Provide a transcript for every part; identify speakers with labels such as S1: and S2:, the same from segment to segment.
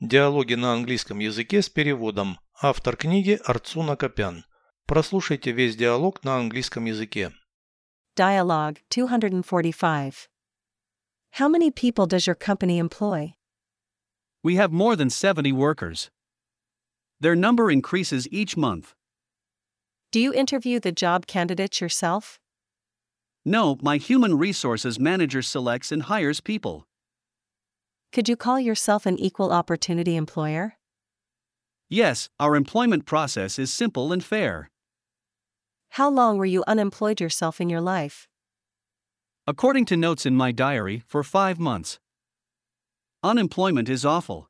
S1: Диалоги на английском языке с переводом. Автор книги Арцуна Копян. Прослушайте весь диалог на английском языке.
S2: Dialogue 245. How many people does your company employ?
S3: We have more than 70 workers. Their number increases each month.
S2: Do you interview the job candidates yourself?
S3: No, my human resources manager selects and hires people.
S2: Could you call yourself an equal opportunity employer?
S3: Yes, our employment process is simple and fair.
S2: How long were you unemployed yourself in your life?
S3: According to notes in my diary, for five months. Unemployment is awful.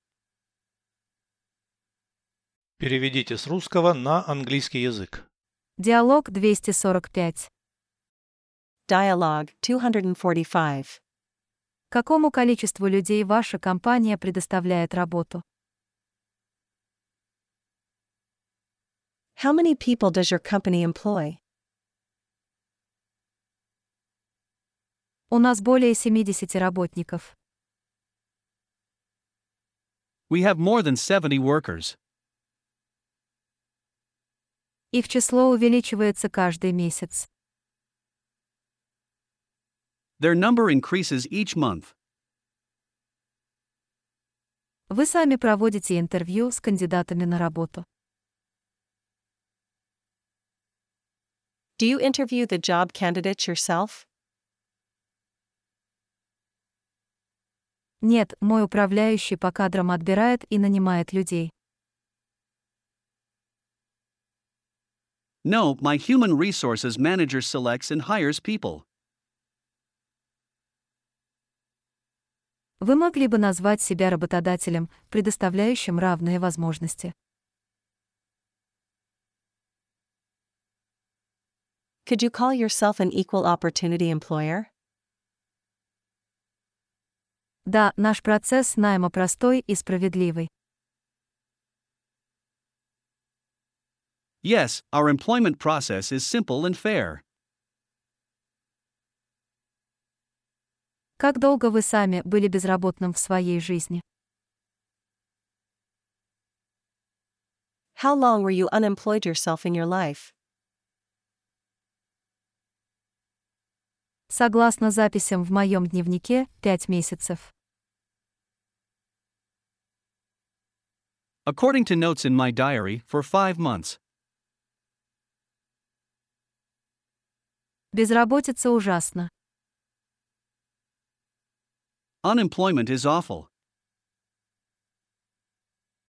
S1: Переведите с русского на английский язык.
S4: Диалог 245.
S2: Dialogue 245.
S4: Какому количеству людей ваша компания предоставляет работу?
S2: How many people does your company employ?
S4: У нас более 70 работников.
S3: We have more than 70 workers.
S4: Их число увеличивается каждый месяц.
S3: Their number increases each month.
S4: Вы сами проводите интервью с кандидатами на работу.
S2: Do you interview the job candidates yourself?
S4: Нет, мой управляющий по кадрам отбирает и нанимает людей.
S3: No, my human resources manager selects and hires people.
S4: Вы могли бы назвать себя работодателем, предоставляющим равные возможности.
S2: Could you call yourself an equal opportunity employer?
S4: Да, наш процесс найма простой и справедливый.
S3: Yes, our employment process is simple and fair.
S4: Как долго вы сами были безработным в своей жизни?
S2: How long were you unemployed yourself in your life?
S4: Согласно записям в моем дневнике, 5 месяцев.
S3: According to notes in my diary, for five months.
S4: Безработица ужасно.
S3: Unemployment is awful.